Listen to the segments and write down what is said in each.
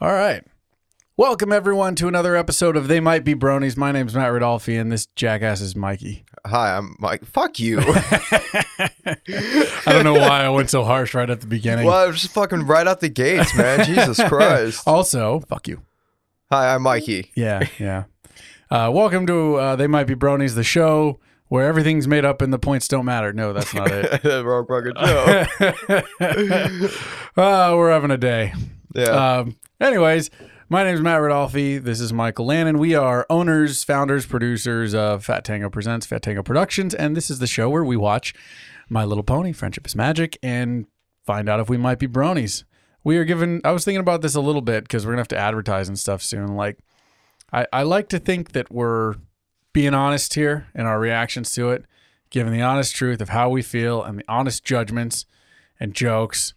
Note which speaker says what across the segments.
Speaker 1: All right. Welcome, everyone, to another episode of They Might Be Bronies. My name's Matt Rodolphe, and this jackass is Mikey.
Speaker 2: Hi, I'm Mike. Fuck you.
Speaker 1: I don't know why I went so harsh right at the beginning.
Speaker 2: well, I was just fucking right out the gates, man. Jesus Christ.
Speaker 1: Oh. Also, fuck you.
Speaker 2: Hi, I'm Mikey.
Speaker 1: Yeah, yeah. Uh, welcome to uh, They Might Be Bronies, the show where everything's made up and the points don't matter. No, that's not it.
Speaker 2: Wrong fucking show.
Speaker 1: Uh, we're having a day.
Speaker 2: Yeah.
Speaker 1: Um, anyways, my name is Matt Rodolphe. This is Michael Lannon. We are owners, founders, producers of Fat Tango Presents, Fat Tango Productions, and this is the show where we watch My Little Pony, Friendship is Magic, and find out if we might be bronies. We are given, I was thinking about this a little bit because we're going to have to advertise and stuff soon. Like, I, I like to think that we're being honest here in our reactions to it, giving the honest truth of how we feel and the honest judgments and jokes,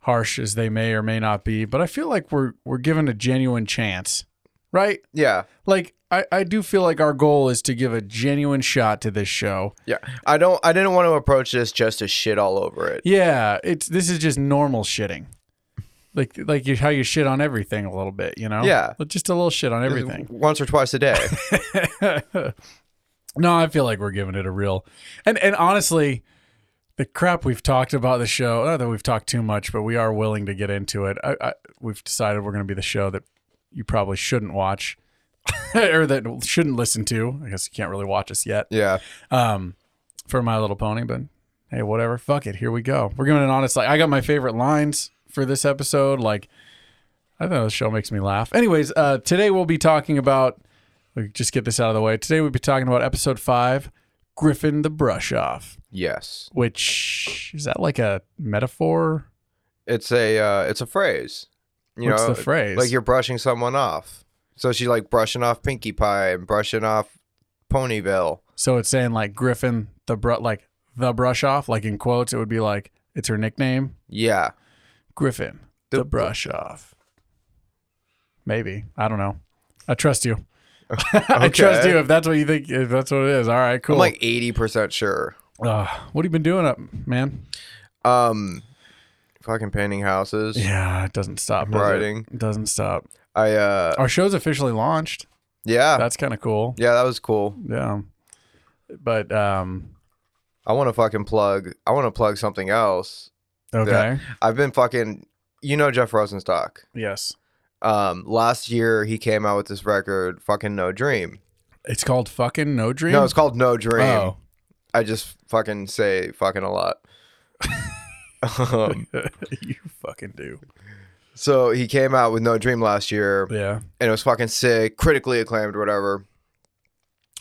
Speaker 1: harsh as they may or may not be. But I feel like we're we're given a genuine chance, right?
Speaker 2: yeah.
Speaker 1: Like I, I do feel like our goal is to give a genuine shot to this show.
Speaker 2: Yeah. I don't I didn't want to approach this just to shit all over it.
Speaker 1: Yeah, it's this is just normal shitting. Like like you, how you shit on everything a little bit, you know?
Speaker 2: Yeah.
Speaker 1: But Just a little shit on everything.
Speaker 2: Once or twice a day.
Speaker 1: No, I feel like we're giving it a real and and honestly, the crap we've talked about the show, not that we've talked too much, but we are willing to get into it. I, I, we've decided we're going to be the show that you probably shouldn't watch or that shouldn't listen to. I guess you can't really watch us yet
Speaker 2: yeah.
Speaker 1: um, for My Little Pony, but hey, whatever. Fuck it. Here we go. We're giving an honest like I got my favorite lines for this episode. Like I don't know the show makes me laugh. Anyways, uh, today we'll be talking about. We just get this out of the way. Today we'll be talking about episode five, Griffin the Brush Off,
Speaker 2: Yes.
Speaker 1: which is that like a metaphor?
Speaker 2: It's a uh it's a phrase. You
Speaker 1: What's
Speaker 2: know,
Speaker 1: the phrase?
Speaker 2: like you're brushing someone off. So she's like brushing off Pinkie Pie and brushing off Ponyville.
Speaker 1: so it's saying like Griffin the bru- like the brush off, like in quotes, it would be like it's her nickname.
Speaker 2: Yeah.
Speaker 1: Griffin, the,
Speaker 2: The-
Speaker 1: brush off. Maybe. I don't know. I trust you. I trust
Speaker 2: Okay.
Speaker 1: you if that's what you think. If that's what it is. All right, cool.
Speaker 2: I'm like 80% sure.
Speaker 1: Ugh, what have you been doing up, man?
Speaker 2: Um fucking painting houses.
Speaker 1: Yeah, it doesn't stop. does it?
Speaker 2: Writing.
Speaker 1: It doesn't stop.
Speaker 2: I uh
Speaker 1: Our show's officially launched.
Speaker 2: Yeah.
Speaker 1: That's kind of cool.
Speaker 2: Ah. yeah, that was cool.
Speaker 1: Yeah. But, um,
Speaker 2: I want to fucking plug. I want to plug something else.
Speaker 1: okay.
Speaker 2: I've been fucking. You know Jeff Rosenstock.
Speaker 1: Yes.
Speaker 2: Um, last year he came out with this record, fucking No Dream.
Speaker 1: It's called fucking No Dream.
Speaker 2: No, it's called No Dream.
Speaker 1: Oh.
Speaker 2: I just fucking say fucking a lot. um,
Speaker 1: you fucking do.
Speaker 2: so he came out with No Dream last year,
Speaker 1: Yeah.
Speaker 2: and it was fucking sick, critically acclaimed, whatever.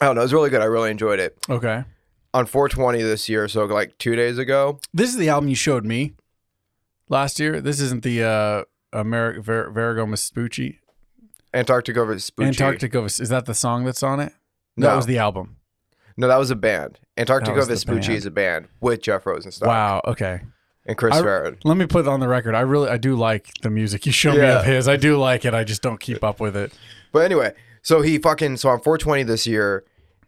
Speaker 2: I don't know. It was really good. I really enjoyed it.
Speaker 1: Okay.
Speaker 2: On 420 this year, so like two days ago.
Speaker 1: This is the album you showed me last year. This isn't the uh Ameri- Ver- Verigo Vespucci.
Speaker 2: Antarctic over Spoochie.
Speaker 1: Antarctica Ves- is that the song that's on it?
Speaker 2: No,
Speaker 1: That was the album.
Speaker 2: No, that was a band.
Speaker 1: That
Speaker 2: Antarctica
Speaker 1: was the
Speaker 2: Vespucci
Speaker 1: band.
Speaker 2: is a band with Jeff Rosenstock
Speaker 1: Wow. Okay.
Speaker 2: and Chris
Speaker 1: I-
Speaker 2: Farron.
Speaker 1: Let me put on the record. I really I do like the music you showed me
Speaker 2: Yeah.
Speaker 1: of his. I do like it. I just don't keep up with it.
Speaker 2: But anyway, so he fucking so on 420 this year,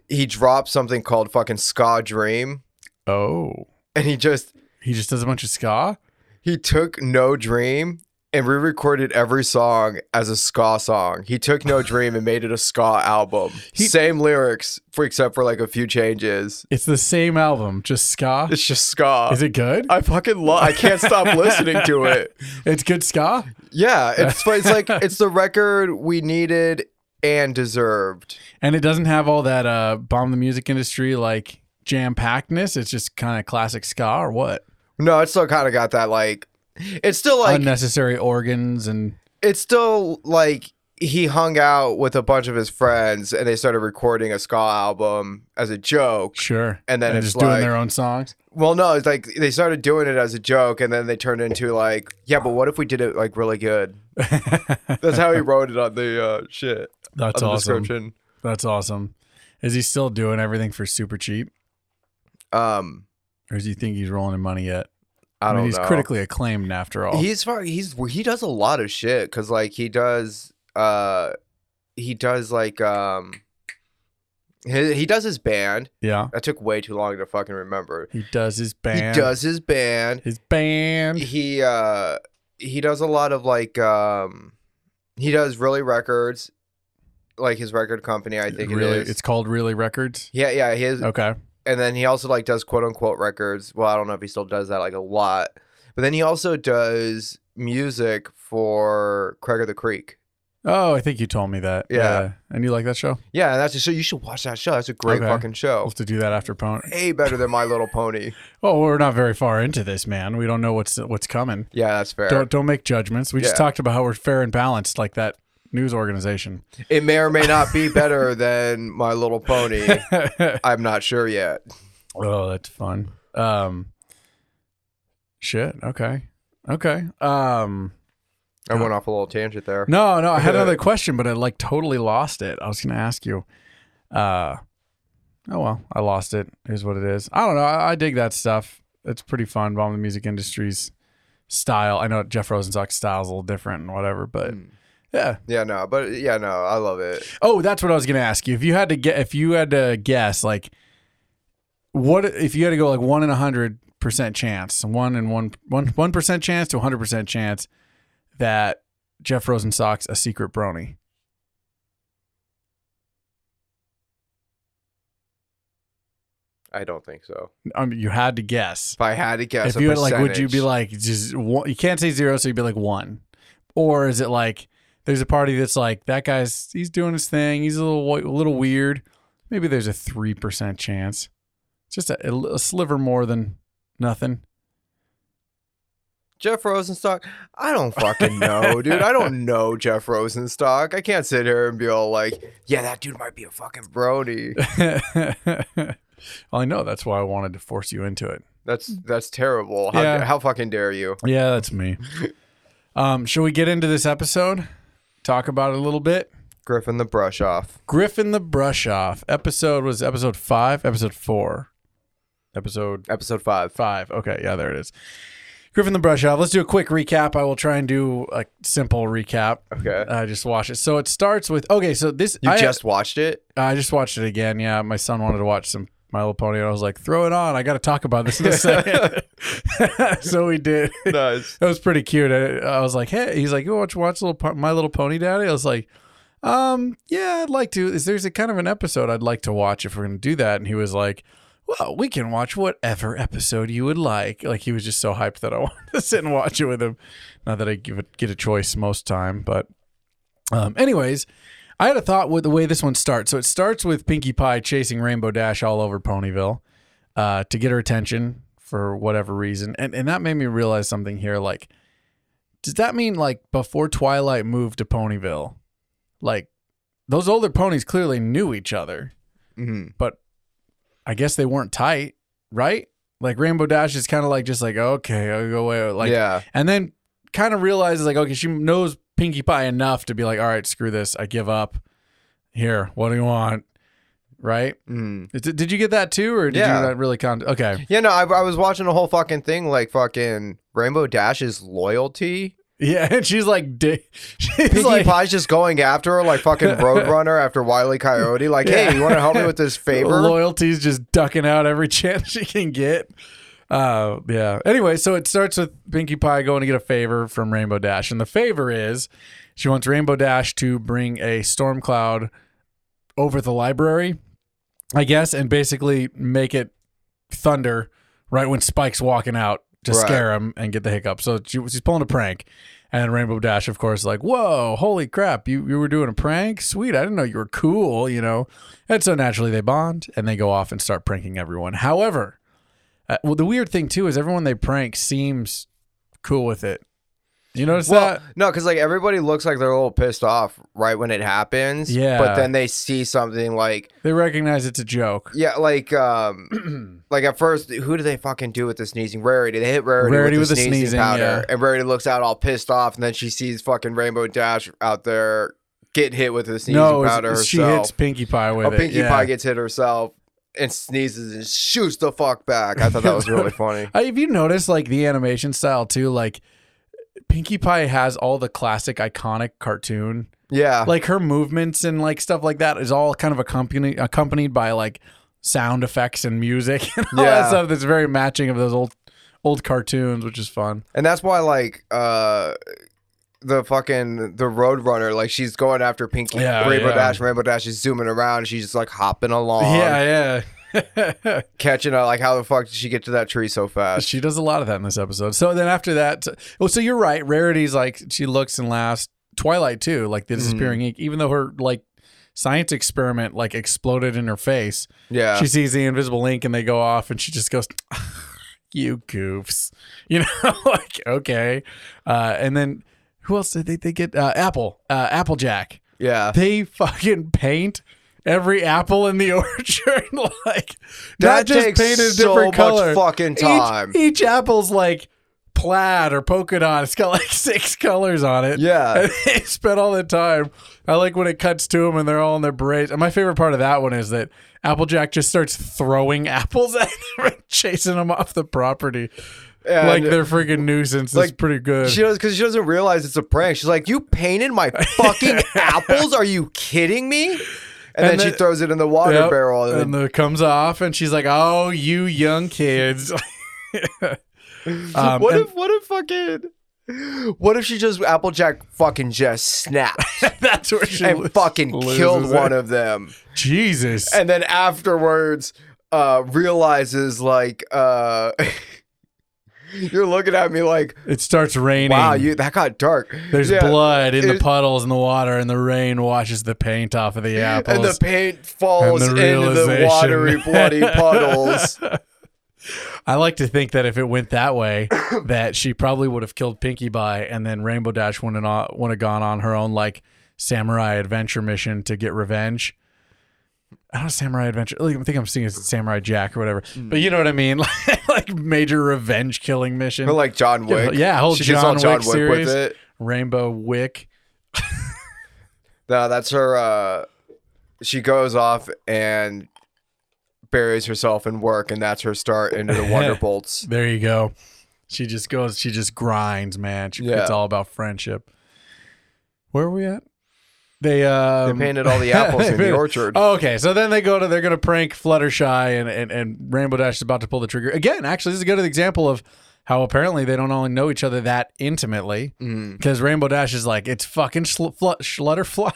Speaker 2: he dropped something called fucking Ska Dream,
Speaker 1: Oh.
Speaker 2: and he just
Speaker 1: He just does a bunch of ska?
Speaker 2: he took No Dream and re-recorded every song as a ska song. He took No Dream and made it a ska album.
Speaker 1: He-
Speaker 2: Same lyrics, for, except for like a few changes.
Speaker 1: It's the same album, just ska.
Speaker 2: It's just ska. Uh,
Speaker 1: Is it good?
Speaker 2: I fucking love. I can't stop listening to it.
Speaker 1: It's good ska?
Speaker 2: Yeah, it's fu- it's like it's the record we needed and deserved.
Speaker 1: And it doesn't have all that uh bomb the music industry like jam packedness. It's just kind of classic ska or what?
Speaker 2: No, it still kind of got that like it's still like
Speaker 1: Unnecessary organs and
Speaker 2: it's still like he hung out with a bunch of his friends and they started recording a ska album as a joke.
Speaker 1: Sure.
Speaker 2: And then it's
Speaker 1: just doing
Speaker 2: like-
Speaker 1: their own songs.
Speaker 2: Well, no, it's like they started doing it as a joke and then they turned into like, yeah, but what if we did it like really good? That's how he wrote it on the uh, shit
Speaker 1: That's
Speaker 2: on the
Speaker 1: awesome.
Speaker 2: description.
Speaker 1: That's awesome. Is he still doing everything for super cheap?
Speaker 2: Um,
Speaker 1: Or does he think he's rolling in money yet?
Speaker 2: I don't
Speaker 1: mean, he's
Speaker 2: know.
Speaker 1: critically acclaimed after all.
Speaker 2: He's fuck- he's he does a lot of shit because like he does uh he does like um he, he does his band.
Speaker 1: yeah.
Speaker 2: That took way too long to fucking remember.
Speaker 1: He does his band.
Speaker 2: He does his band.
Speaker 1: his band.
Speaker 2: He uh he does a lot of like um He does really records, like his record company. I think
Speaker 1: really,
Speaker 2: it is.
Speaker 1: it's called Really Records.
Speaker 2: yeah, yeah. He is,
Speaker 1: Okay.
Speaker 2: and then he also like does quote unquote records. Well, I don't know if he still does that like a lot, but then he also does music for Craig of the Creek.
Speaker 1: Oh, I think you told me that.
Speaker 2: Yeah. Oh.
Speaker 1: And you like that show?
Speaker 2: Yeah, and that's a show. You should watch that show. That's a great
Speaker 1: Okay.
Speaker 2: fucking
Speaker 1: We'll
Speaker 2: show.
Speaker 1: have to do that after Pony.
Speaker 2: Way better than My Little Pony.
Speaker 1: Oh, we're not very far into this, man. We don't know what's what's coming.
Speaker 2: Yeah, that's fair.
Speaker 1: Don't don't make judgments. We just
Speaker 2: Yeah.
Speaker 1: talked about how we're fair and balanced, like that news organization.
Speaker 2: It may or may not be better than My Little Pony. I'm not sure yet.
Speaker 1: Oh, that's fun. Um, shit. Okay. Okay. Um,
Speaker 2: I went off a little tangent there.
Speaker 1: no, no. I had another question, but I like totally lost it. I was gonna ask you. Uh, oh well, I lost it. Is what it is. I don't know. I, I dig that stuff. It's pretty fun. Bomb the music industry's style. I know Jeff Rosenstock's style is a little different and whatever, but
Speaker 2: Mm.
Speaker 1: yeah.
Speaker 2: Yeah, no, but yeah, no, I love it.
Speaker 1: Oh, that's what I was gonna ask you. If you had to get, if you had to guess, like, what if you had to go like one in a hundred percent chance, one in one one one percent chance to hundred percent chance that Jeff Rosenstock's a secret brony.
Speaker 2: I don't think so.
Speaker 1: I mean, Um, you had to guess.
Speaker 2: If I had to guess,
Speaker 1: if you
Speaker 2: a
Speaker 1: had like, would you
Speaker 2: percentage,
Speaker 1: be like just one, you can't say zero, so you'd be like one, or is it like there's a party that's like that guy's he's doing his thing, he's a little wa- a little weird. Maybe there's a three percent chance, just a, a li- a sliver more than nothing.
Speaker 2: Jeff Rosenstock? I don't fucking know, dude. I don't know Jeff Rosenstock. I can't sit here and be all like, yeah, that dude might be a fucking brony.
Speaker 1: well, I know that's why I wanted to force you into it.
Speaker 2: That's that's terrible. How,
Speaker 1: Yeah.
Speaker 2: how fucking dare you?
Speaker 1: Yeah, that's me. um, shall we get into this episode? Talk about it a little bit.
Speaker 2: Griffin the brush off.
Speaker 1: Griffin the Brush Off episode was episode five, episode four, episode
Speaker 2: Episode five.
Speaker 1: five. Okay, yeah, there it is. Griffin the Brush Off. Let's do a quick recap. I will try and do a simple recap.
Speaker 2: Okay.
Speaker 1: Uh, just watch it. So it starts with okay. So this
Speaker 2: You
Speaker 1: I, uh,
Speaker 2: just watched it?
Speaker 1: I just watched it again. Yeah, my son wanted to watch some My Little Pony, and I was like, "Throw it on! I got to talk about this in a second. so we did. That
Speaker 2: Nice.
Speaker 1: was pretty cute. I, I was like, "Hey," he's like, "You want to watch little Po- My Little Pony, Daddy?" I was like, "Um, yeah, I'd like to. Is there's a kind of an episode I'd like to watch if we're gonna do that?" And he was like. Well, we can watch whatever episode you would like. Like he was just so hyped that I wanted to sit and watch it with him. Not that I give it get a choice most time, but um, anyways, I had a thought with the way this one starts. So it starts with Pinkie Pie chasing Rainbow Dash all over Ponyville uh, to get her attention for whatever reason, and and that made me realize something here. Like, does that mean like before Twilight moved to Ponyville, like those older ponies clearly knew each other?
Speaker 2: hmm
Speaker 1: I guess they weren't tight, right? Like Rainbow Dash is kind of like just like okay, I'll go away. Like
Speaker 2: yeah.
Speaker 1: and then kind of realizes like, okay, she knows Pinkie Pie enough to be like, all right, screw this, I give up. Here, what do you want? Right?
Speaker 2: Mm.
Speaker 1: Did, did you get that too, or did
Speaker 2: Yeah.
Speaker 1: you not really con? Okay,
Speaker 2: Yeah, no, I, I was watching the whole fucking thing, like fucking Rainbow Dash's loyalty.
Speaker 1: yeah, and she's like, di- she's
Speaker 2: Pinkie
Speaker 1: like,
Speaker 2: Pie's just going after her like fucking Roadrunner after Wiley Coyote. Like,
Speaker 1: Yeah.
Speaker 2: hey, you want to help me with this favor?
Speaker 1: loyalty's just ducking out every chance she can get. Uh, yeah. Anyway, so it starts with Pinkie Pie going to get a favor from Rainbow Dash, and the favor is she wants Rainbow Dash to bring a storm cloud over the library, I guess, and basically make it thunder right when Spike's walking out to
Speaker 2: Right.
Speaker 1: scare him and get the hiccup. So she, she's pulling a prank. And Rainbow Dash, of course, like, whoa, holy crap, you, you were doing a prank? Sweet, I didn't know you were cool, you know? And so naturally they bond and they go off and start pranking everyone. However, uh, well, the weird thing too is everyone they prank seems cool with it. You notice
Speaker 2: Well,
Speaker 1: that?
Speaker 2: no, because like everybody looks like they're a little pissed off right when it happens.
Speaker 1: Yeah.
Speaker 2: but then they see something like
Speaker 1: They recognize it's a joke.
Speaker 2: yeah, like um, like at first, who do they fucking do with the sneezing? Rarity. They hit Rarity,
Speaker 1: Rarity
Speaker 2: with, the
Speaker 1: with the
Speaker 2: sneezing,
Speaker 1: sneezing,
Speaker 2: powder,
Speaker 1: yeah.
Speaker 2: and Rarity looks out all pissed off, and then she sees fucking Rainbow Dash out there get hit with the sneezing
Speaker 1: No, it's-
Speaker 2: powder.
Speaker 1: it's- she
Speaker 2: herself.
Speaker 1: hits Pinkie Pie with
Speaker 2: Oh,
Speaker 1: it.
Speaker 2: Pinkie
Speaker 1: yeah.
Speaker 2: Pie gets hit herself and sneezes and shoots the fuck back. I thought that was really funny.
Speaker 1: Uh, If you notice, like the animation style too, like Pinkie Pie has all the classic, iconic cartoon,
Speaker 2: Yeah.
Speaker 1: like her movements and like stuff like that is all kind of accompanied accompanied by like sound effects and music and all that
Speaker 2: Yeah.
Speaker 1: stuff that's very matching of those old old cartoons, which is fun.
Speaker 2: and that's why like uh the fucking the Roadrunner, like she's going after Pinky
Speaker 1: Yeah,
Speaker 2: Rainbow
Speaker 1: yeah.
Speaker 2: Dash, Rainbow Dash is zooming around, she's just like hopping along,
Speaker 1: yeah, yeah.
Speaker 2: catching up. Like how the fuck did she get to that tree so fast?
Speaker 1: she does a lot of that in this episode. So then after that, well, so you're right. Rarity's like she looks and laughs. Twilight too, like the disappearing ink. Even though her like science experiment like exploded in her face,
Speaker 2: Yeah,
Speaker 1: she sees the invisible ink and they go off, and she just goes, "You goofs," you know, like okay. Uh, and then who else did they, they get? Uh, Apple, uh, Applejack.
Speaker 2: yeah.
Speaker 1: They fucking paint. Every apple in the orchard, like not
Speaker 2: That
Speaker 1: just
Speaker 2: takes
Speaker 1: painted a
Speaker 2: so
Speaker 1: different
Speaker 2: much
Speaker 1: color.
Speaker 2: fucking
Speaker 1: Each-
Speaker 2: time.
Speaker 1: Each, apple's like plaid or polka dot. It's got like six colors on it.
Speaker 2: yeah,
Speaker 1: And they spent all the time. I like when it cuts to them and they're all in their braids. And my favorite part of that one is that Applejack just starts throwing apples at them and chasing them off the property.
Speaker 2: And
Speaker 1: like they're freaking nuisance. It's
Speaker 2: like,
Speaker 1: pretty good.
Speaker 2: She does because she doesn't realize it's a prank. She's like, "You painted my fucking apples? Are you kidding me?" And, then,
Speaker 1: then-
Speaker 2: she throws it in the water
Speaker 1: Yep. Um,
Speaker 2: barrel. And
Speaker 1: And
Speaker 2: then,
Speaker 1: it comes off and she's like, oh, you young kids. Um,
Speaker 2: what
Speaker 1: and-
Speaker 2: if? What if fucking? What if she just Applejack fucking just snapped
Speaker 1: that's where she
Speaker 2: and
Speaker 1: lo-
Speaker 2: fucking
Speaker 1: loses
Speaker 2: killed
Speaker 1: it.
Speaker 2: one of them,
Speaker 1: Jesus.
Speaker 2: and then afterwards uh, realizes like uh, you're looking at me like,
Speaker 1: it starts raining.
Speaker 2: "Wow, you that got dark."
Speaker 1: There's
Speaker 2: Yeah.
Speaker 1: blood in the
Speaker 2: It-
Speaker 1: puddles in the water, and the rain washes the paint off of the apples.
Speaker 2: And the paint falls
Speaker 1: And the
Speaker 2: into the
Speaker 1: realization.
Speaker 2: watery bloody puddles.
Speaker 1: I like to think that if it went that way, that she probably would have killed Pinkie Pie, and then Rainbow Dash wouldn't have, would have gone on her own like samurai adventure mission to get revenge. I don't know, samurai adventure. Like, I think I'm seeing it's Samurai Jack or whatever,
Speaker 2: Hmm.
Speaker 1: but you know what I mean, like, like major revenge killing mission.
Speaker 2: Or like John Wick.
Speaker 1: yeah, whole
Speaker 2: she
Speaker 1: John,
Speaker 2: gets all John
Speaker 1: Wick,
Speaker 2: Wick
Speaker 1: series,
Speaker 2: with it.
Speaker 1: Rainbow Wick.
Speaker 2: No, that's her. Uh, she goes off and buries herself in work, and that's her start into the Wonder Bolts.
Speaker 1: There you go. She just goes. She just grinds, man. She,
Speaker 2: Yeah.
Speaker 1: It's all about friendship. Where are we at? They um,
Speaker 2: they painted all the apples
Speaker 1: they
Speaker 2: in the
Speaker 1: painted-
Speaker 2: orchard.
Speaker 1: Oh, okay, so then they go to they're going to prank Fluttershy and, and and Rainbow Dash is about to pull the trigger again. Actually, this is a good example of how apparently they don't all know each other that intimately
Speaker 2: Mm.
Speaker 1: because Rainbow Dash is like it's fucking schl- fl- Schlutterfly.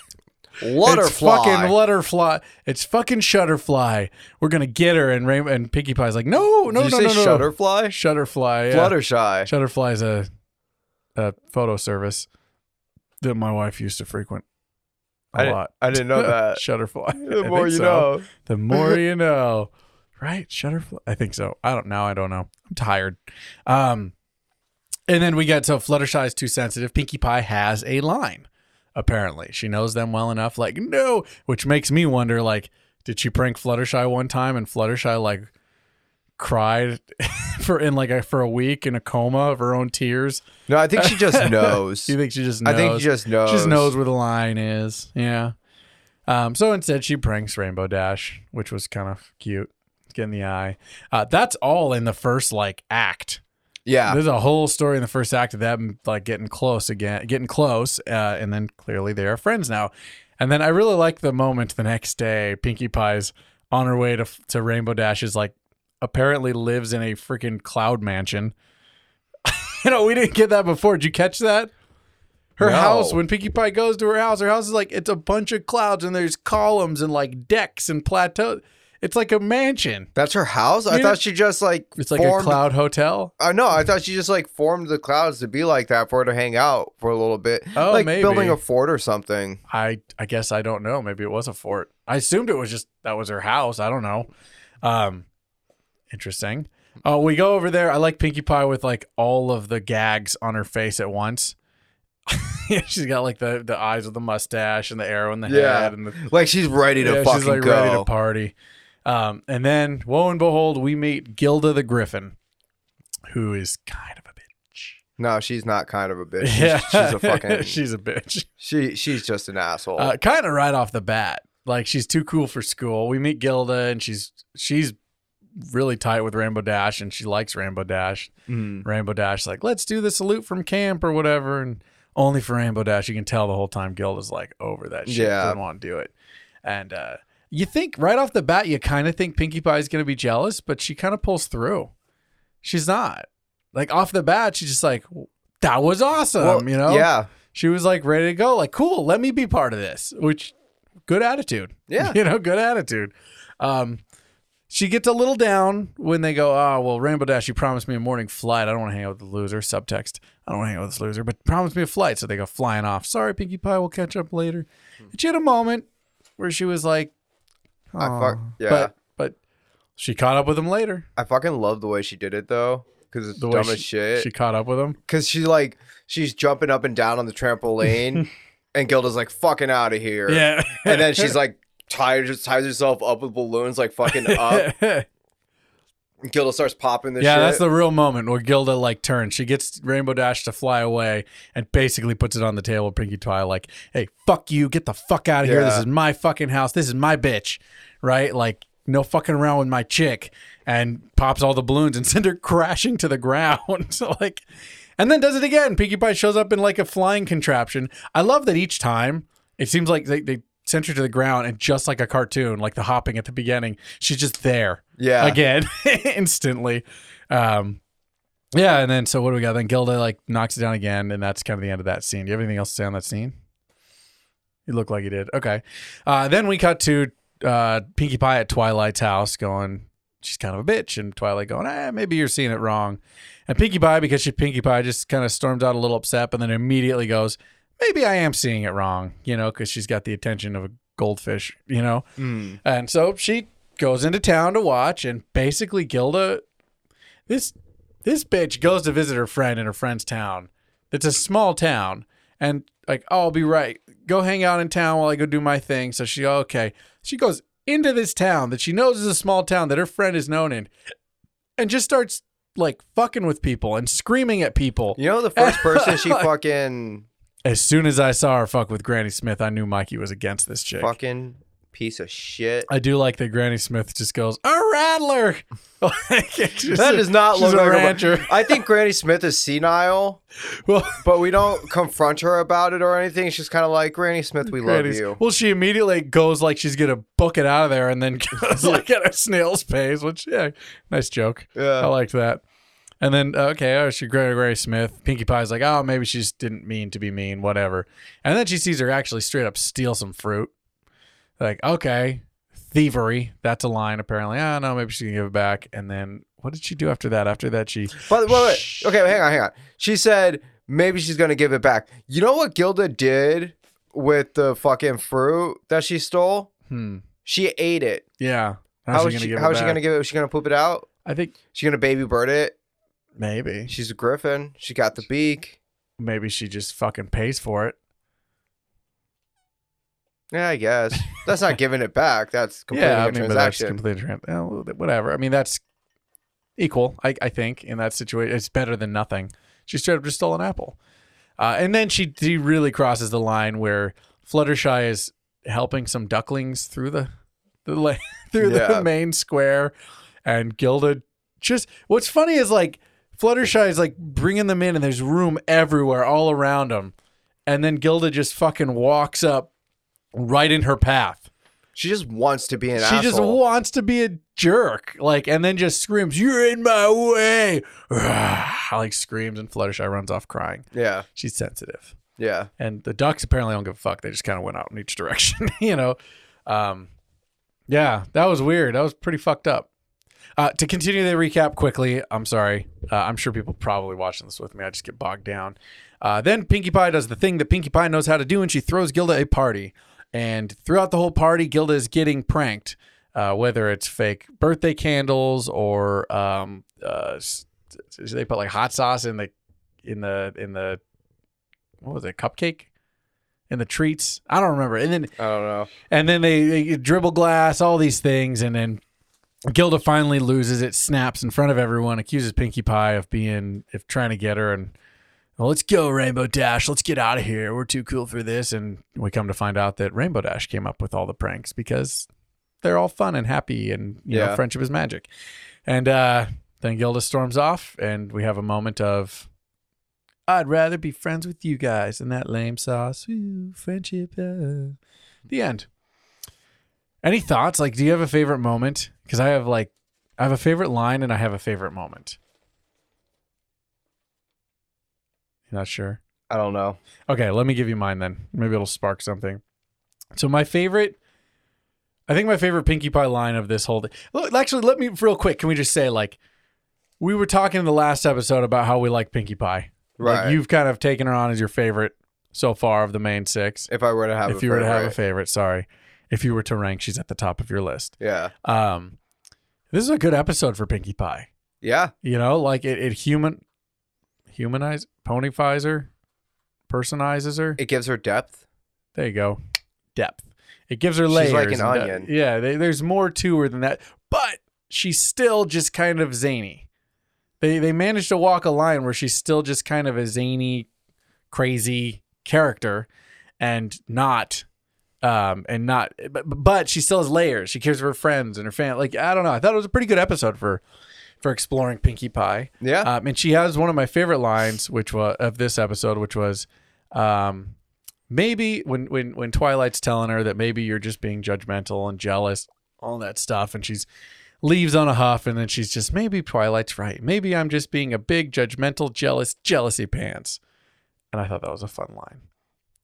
Speaker 1: It's
Speaker 2: Flutterfly.
Speaker 1: fucking Flutterfly. It's fucking Shutterfly. We're gonna get her. And Rainbow and Pinkie Pie's like, no, no,
Speaker 2: Did
Speaker 1: no,
Speaker 2: you
Speaker 1: no, no.
Speaker 2: say Shutterfly?
Speaker 1: Shutterfly. Yeah.
Speaker 2: Fluttershy.
Speaker 1: Shutterfly is a, a photo service that my wife used to frequent a
Speaker 2: I didn't-
Speaker 1: lot.
Speaker 2: I didn't know that.
Speaker 1: Shutterfly. I
Speaker 2: The more
Speaker 1: think
Speaker 2: you
Speaker 1: so.
Speaker 2: know.
Speaker 1: The more you know. Right? Shutterfly. I think so. I don't know. I don't know. I'm tired. Um, and then we get so Fluttershy is too sensitive. Pinkie Pie has a line. Apparently, she knows them well enough. Like no, which makes me wonder. Like, did she prank Fluttershy one time and Fluttershy like cried for in like a, for a week in a coma of her own tears?
Speaker 2: No, I think she just knows.
Speaker 1: Do you think she just?
Speaker 2: I
Speaker 1: Knows?
Speaker 2: think she just knows.
Speaker 1: She just knows where the line is. Yeah. Um, so instead, she pranks Rainbow Dash, which was kind of cute. Get in the eye. Uh, that's all in the first like act.
Speaker 2: Yeah.
Speaker 1: There's a whole story in the first act of them like getting close again, getting close, uh, and then clearly they are friends now. And then I really like the moment the next day. Pinkie Pie's on her way to to Rainbow Dash's like apparently lives in a freaking cloud mansion. you know, we didn't get that before. Did you catch that? Her
Speaker 2: No.
Speaker 1: house, when Pinkie Pie goes to her house, her house is like it's a bunch of clouds and there's columns and like decks and plateaus. It's like a mansion.
Speaker 2: That's her house. I
Speaker 1: Yeah.
Speaker 2: thought she just like
Speaker 1: It's like a
Speaker 2: formed
Speaker 1: cloud hotel.
Speaker 2: I know. I thought she just like formed the clouds to be like that for her to hang out for a little bit,
Speaker 1: Oh,
Speaker 2: like
Speaker 1: maybe.
Speaker 2: building a fort or something.
Speaker 1: I I guess I don't know. Maybe it was a fort. I assumed it was just that was her house. I don't know. Um, interesting. Oh, we go over there. I like Pinkie Pie with like all of the gags on her face at once. she's got like the the eyes with the mustache and the arrow in the
Speaker 2: Yeah.
Speaker 1: head and the
Speaker 2: Like she's ready to
Speaker 1: yeah,
Speaker 2: fucking
Speaker 1: she's like
Speaker 2: go.
Speaker 1: ready to party. Um, and then lo and behold, we meet Gilda the Griffin, who is kind of a bitch.
Speaker 2: no, she's not kind of a bitch. She's, she's a fucking.
Speaker 1: she's a bitch.
Speaker 2: she she's just an asshole.
Speaker 1: Uh, kind of right off the bat. Like she's too cool for school. We meet Gilda, and she's she's really tight with Rainbow Dash, and she likes Rainbow Dash.
Speaker 2: Mm.
Speaker 1: Rainbow Dash like, let's do the salute from camp or whatever, and only for Rainbow Dash. You can tell the whole time Gilda's like over that shit,
Speaker 2: Yeah.
Speaker 1: doesn't want to do it. And uh, you think right off the bat, you kind of think Pinkie Pie is gonna be jealous, but she kind of pulls through. She's not like off the bat. She's just like, that was awesome,
Speaker 2: Well,
Speaker 1: Um, you know?
Speaker 2: Yeah,
Speaker 1: she was like ready to go, like, cool, let me be part of this, which good attitude.
Speaker 2: Yeah.
Speaker 1: You know, good attitude. Um, she gets a little down when they go, oh, well, Rainbow Dash, you promised me a morning flight. I don't want to hang out with the loser. Subtext. I don't want to hang out with this loser, but promise me a flight. So they go flying off. Sorry, Pinkie Pie, we'll catch up later.
Speaker 2: Hmm.
Speaker 1: And she had a moment where she was like,
Speaker 2: I
Speaker 1: "Aw."
Speaker 2: fuck yeah.
Speaker 1: But, but she caught up with him later.
Speaker 2: I fucking love the way she did it though, because it's
Speaker 1: The way
Speaker 2: dumb
Speaker 1: she-
Speaker 2: as shit.
Speaker 1: She caught up with him.
Speaker 2: Because she like she's jumping up and down on the trampoline, and Gilda's like fucking out of here.
Speaker 1: Yeah.
Speaker 2: and then she's like ties ties herself up with balloons, like fucking up.
Speaker 1: yeah,
Speaker 2: Gilda starts popping the shit.
Speaker 1: that's the real moment where Gilda like turns. She gets Rainbow Dash to fly away and basically puts it on the table. Pinkie Pie like, "Hey, fuck you! Get the fuck out of here! This
Speaker 2: Yeah.
Speaker 1: is my fucking house. This is my bitch, right? Like, no fucking around with my chick." And pops all the balloons and send her crashing to the ground. so like, and then does it again. Pinkie Pie shows up in like a flying contraption. I love that each time it seems like they they sent her to the ground and just like a cartoon, like the hopping at the beginning, she's just there.
Speaker 2: yeah.
Speaker 1: again instantly. Um, yeah, and then so what do we got? Then Gilda like knocks it down again, and that's kind of the end of that scene. Do you have anything else to say on that scene? You look like you did. Okay. Uh, then we cut to uh, Pinkie Pie at Twilight's house going, she's kind of a bitch. And Twilight going, eh, maybe you're seeing it wrong. And Pinkie Pie, because she's Pinkie Pie, just kind of storms out a little upset, but then immediately goes, maybe I am seeing it wrong, you know, because she's got the attention of a goldfish, you know?
Speaker 2: Mm.
Speaker 1: And so she goes into town to watch, and basically Gilda, this this bitch goes to visit her friend in her friend's town. It's a small town, and like, oh, I'll be right. Go hang out in town while I go do my thing. So she okay. She goes into this town that she knows is a small town that her friend is known in, and just starts like fucking with people and screaming at people.
Speaker 2: You know the first person she fucking
Speaker 1: As soon as I saw her fuck with Granny Smith, I knew Mikey was against this chick.
Speaker 2: fucking piece of shit.
Speaker 1: I do like that Granny Smith just goes, a rattler. like,
Speaker 2: That does not look
Speaker 1: she's
Speaker 2: like
Speaker 1: a
Speaker 2: her-
Speaker 1: rancher.
Speaker 2: I think Granny Smith is senile,
Speaker 1: well,
Speaker 2: but we don't confront her about it or anything. She's kind of like Granny Smith, we love
Speaker 1: Granny's-
Speaker 2: you.
Speaker 1: Well, she immediately goes like she's going to book it out of there and then goes like at a snail's pace, which, yeah, nice joke. I
Speaker 2: Yeah.
Speaker 1: liked that. And then, uh, okay, oh, she Granny Granny Smith. Pinkie Pie's like, oh, maybe she just didn't mean to be mean, whatever. And then she sees her actually straight up steal some fruit. Like, okay, thievery. That's a line, apparently. Ah, no, maybe she can give it back. And then what did she do after that? After that, she.
Speaker 2: But wait, wait. okay, hang on, hang on. She said maybe she's gonna give it back. You know what Gilda did with the fucking fruit that she stole?
Speaker 1: Hmm.
Speaker 2: She ate it.
Speaker 1: Yeah.
Speaker 2: How's she, how is she gonna give it? Is she gonna poop it out?
Speaker 1: I think
Speaker 2: She gonna baby bird it?
Speaker 1: maybe,
Speaker 2: She's a griffin. She got the beak.
Speaker 1: maybe she just fucking pays for it.
Speaker 2: Yeah, I guess that's not giving it back. That's completing
Speaker 1: yeah,
Speaker 2: a
Speaker 1: I mean, but that's
Speaker 2: transaction.
Speaker 1: completely tran- well, whatever. I mean, that's equal. I, I think in that situation, it's better than nothing. She straight up just stole an apple, uh, and then she, she really crosses the line where Fluttershy is helping some ducklings through the the la- through
Speaker 2: Yeah.
Speaker 1: the main square, and Gilda just what's funny is like Fluttershy is like bringing them in, and there's room everywhere all around them, and then Gilda just fucking walks up right in her path
Speaker 2: she just wants to be an
Speaker 1: she
Speaker 2: asshole.
Speaker 1: just wants to be a jerk like and then just screams you're in my way like screams and fluttershy runs off crying
Speaker 2: yeah,
Speaker 1: she's sensitive
Speaker 2: yeah.
Speaker 1: and the ducks apparently don't give a fuck they just kind of went out in each direction you know um yeah that was weird that was pretty fucked up uh, to continue the recap quickly, I'm sorry. Uh, I'm sure people probably watching this with me. I just get bogged down. Uh, then Pinkie Pie does the thing that Pinkie Pie knows how to do, and she throws Gilda a party. And throughout the whole party, Gilda is getting pranked, uh, whether it's fake birthday candles or um, uh, s- s- they put like hot sauce in the in the in the what was it cupcake in the treats. I don't remember. And then
Speaker 2: I don't know.
Speaker 1: and then they, they dribble glass, all these things, and then Gilda finally loses it, snaps in front of everyone, accuses Pinkie Pie of being of trying to get her, and well, let's go Rainbow Dash, let's get out of here, we're too cool for this, and we come to find out that Rainbow Dash came up with all the pranks because they're all fun and happy, and you know
Speaker 2: Yeah.
Speaker 1: friendship is magic, and uh, then Gilda storms off, and we have a moment of. I'd rather be friends with you guys than that lame sauce. Ooh, friendship. uh." The end. Any thoughts? Like, do you have a favorite moment? Because I have like, I have a favorite line and I have a favorite moment. You're not sure?
Speaker 2: I don't know.
Speaker 1: Okay, let me give you mine then. Maybe it'll spark something. So my favorite, I think my favorite Pinkie Pie line of this whole thing. Look, actually, let me real quick. Can we just say like, we were talking in the last episode about how we like Pinkie Pie. Like,
Speaker 2: Right.
Speaker 1: you've kind of taken her on as your favorite so far of the main six.
Speaker 2: if I were to have,
Speaker 1: if
Speaker 2: a
Speaker 1: you were to have a
Speaker 2: favorite.
Speaker 1: favorite, sorry. If you were to rank, she's at the top of your list.
Speaker 2: yeah,
Speaker 1: Um, this is a good episode for Pinkie Pie.
Speaker 2: yeah,
Speaker 1: You know, like it, it human humanize ponyfies her, personizes her.
Speaker 2: it gives her depth.
Speaker 1: There you go. Depth. It gives her
Speaker 2: She's
Speaker 1: layers.
Speaker 2: like an
Speaker 1: and
Speaker 2: onion.
Speaker 1: de- yeah, they, there's more to her than that, but she's still just kind of zany. They they managed to walk a line where she's still just kind of a zany, crazy character, and not, um, and not. But, but she still has layers. She cares for her friends and her family. Like I don't know. I thought it was a pretty good episode for, for exploring Pinkie Pie.
Speaker 2: Yeah,
Speaker 1: Um, and she has one of my favorite lines, which was of this episode, which was, um, maybe when when when Twilight's telling her that maybe you're just being judgmental and jealous, all that stuff, and she's leaves on a huff, and then she's just maybe Twilight's right. Maybe I'm just being a big judgmental, jealous, jealousy pants. And I thought that was a fun line.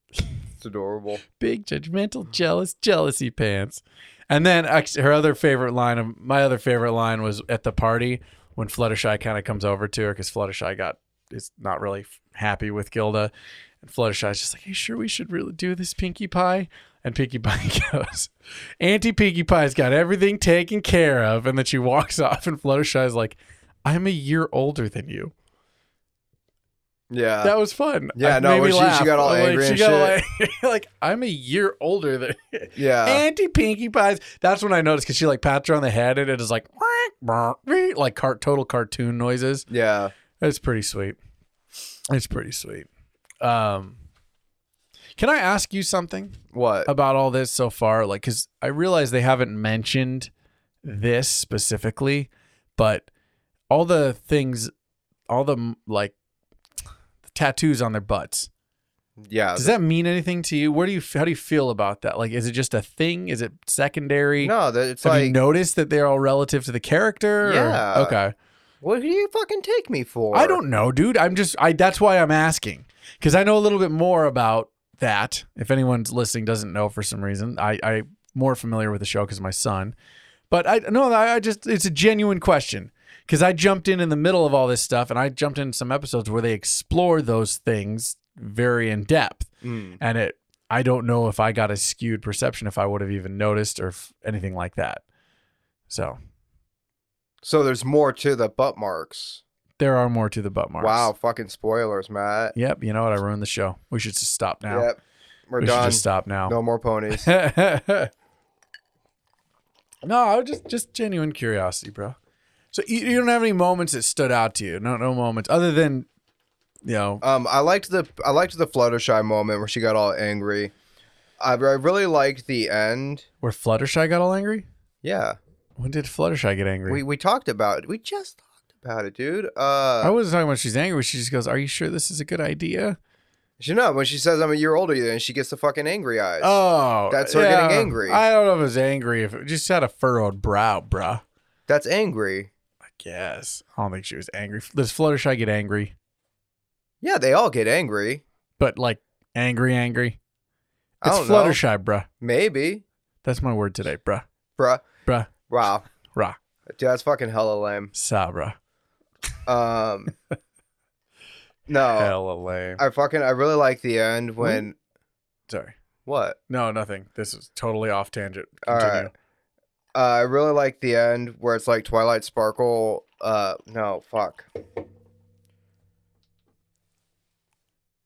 Speaker 2: it's adorable.
Speaker 1: Big judgmental, jealous, jealousy pants. And then actually, her other favorite line of my other favorite line was at the party when Fluttershy kind of comes over to her because Fluttershy got is not really f- happy with Gilda, and Fluttershy's just like, "Hey, sure we should really do this, Pinkie Pie." And Pinkie Pie goes, "Auntie Pinkie Pie's got everything taken care of," and then she walks off, and Fluttershy's like, "I'm a year older than you."
Speaker 2: Yeah,
Speaker 1: that was fun.
Speaker 2: Uh, Yeah,
Speaker 1: It
Speaker 2: no,
Speaker 1: made me
Speaker 2: when she- she
Speaker 1: laugh.
Speaker 2: got all
Speaker 1: Like,
Speaker 2: angry
Speaker 1: she
Speaker 2: and
Speaker 1: got all- like I'm a year older than
Speaker 2: yeah,
Speaker 1: Auntie Pinkie Pies. That's when I noticed because she like pats her on the head and it is like like cart total cartoon noises.
Speaker 2: yeah.
Speaker 1: It's pretty sweet. It's pretty sweet. Um, can I ask you something
Speaker 2: What?
Speaker 1: about all this so far? Like, because I realize they haven't mentioned this specifically, but all the things, all the like tattoos on their butts.
Speaker 2: yeah.
Speaker 1: Does that mean anything to you? Where do you how do you feel about that? Like, is it just a thing? Is it secondary?
Speaker 2: No, that it's
Speaker 1: Have
Speaker 2: like,
Speaker 1: you noticed that they're all relative to the character? or-
Speaker 2: Yeah.
Speaker 1: okay.
Speaker 2: what do you fucking take me for?
Speaker 1: I don't know, dude. I'm just I. That's why I'm asking because I know a little bit more about that. If anyone's listening doesn't know for some reason, I I more familiar with the show because my son. But I no, I, I just it's a genuine question because I jumped in in the middle of all this stuff and I jumped in some episodes where they explore those things very in depth
Speaker 2: Mm,
Speaker 1: and it i don't know if i got a skewed perception if i would have even noticed or if anything like that so
Speaker 2: So there's more to the butt marks.
Speaker 1: there are more to the butt marks
Speaker 2: Wow, fucking spoilers, Matt.
Speaker 1: yep you know what i ruined the show we should just stop now
Speaker 2: Yep, we're
Speaker 1: we should
Speaker 2: done.
Speaker 1: just stop now
Speaker 2: No more ponies.
Speaker 1: no i was just just genuine curiosity bro so you, you don't have any moments that stood out to you no no moments other than you know
Speaker 2: Um, I liked the I liked the Fluttershy moment where she got all angry. I, I really liked the end.
Speaker 1: where fluttershy got all angry
Speaker 2: Yeah,
Speaker 1: when did fluttershy get angry
Speaker 2: we uh, we talked about it. We just talked about it, dude.
Speaker 1: i
Speaker 2: Uh,
Speaker 1: wasn't talking about she's angry she just goes are you sure this is a good idea
Speaker 2: you know when she says I'm a year older than you, and she gets the fucking angry eyes.
Speaker 1: Oh,
Speaker 2: That's her getting angry.
Speaker 1: I don't know if it was angry. If it just had a furrowed brow, bruh.
Speaker 2: That's angry.
Speaker 1: I guess I don't think she was angry. Does Fluttershy get angry?
Speaker 2: Yeah, they all get angry.
Speaker 1: But like angry, angry.
Speaker 2: I
Speaker 1: It's
Speaker 2: don't know.
Speaker 1: Fluttershy, bruh.
Speaker 2: Maybe,
Speaker 1: That's my word today, bruh.
Speaker 2: bruh.
Speaker 1: Bruh,
Speaker 2: Wow,
Speaker 1: rah,
Speaker 2: dude, that's fucking hella lame.
Speaker 1: sabra.
Speaker 2: Um, no,
Speaker 1: Hella lame.
Speaker 2: Oh. I fucking I really like the end when
Speaker 1: Sorry.
Speaker 2: what
Speaker 1: No, nothing. This is totally off tangent.
Speaker 2: All
Speaker 1: Continue.
Speaker 2: right. uh, I really like the end where it's like Twilight Sparkle. Uh, no, fuck.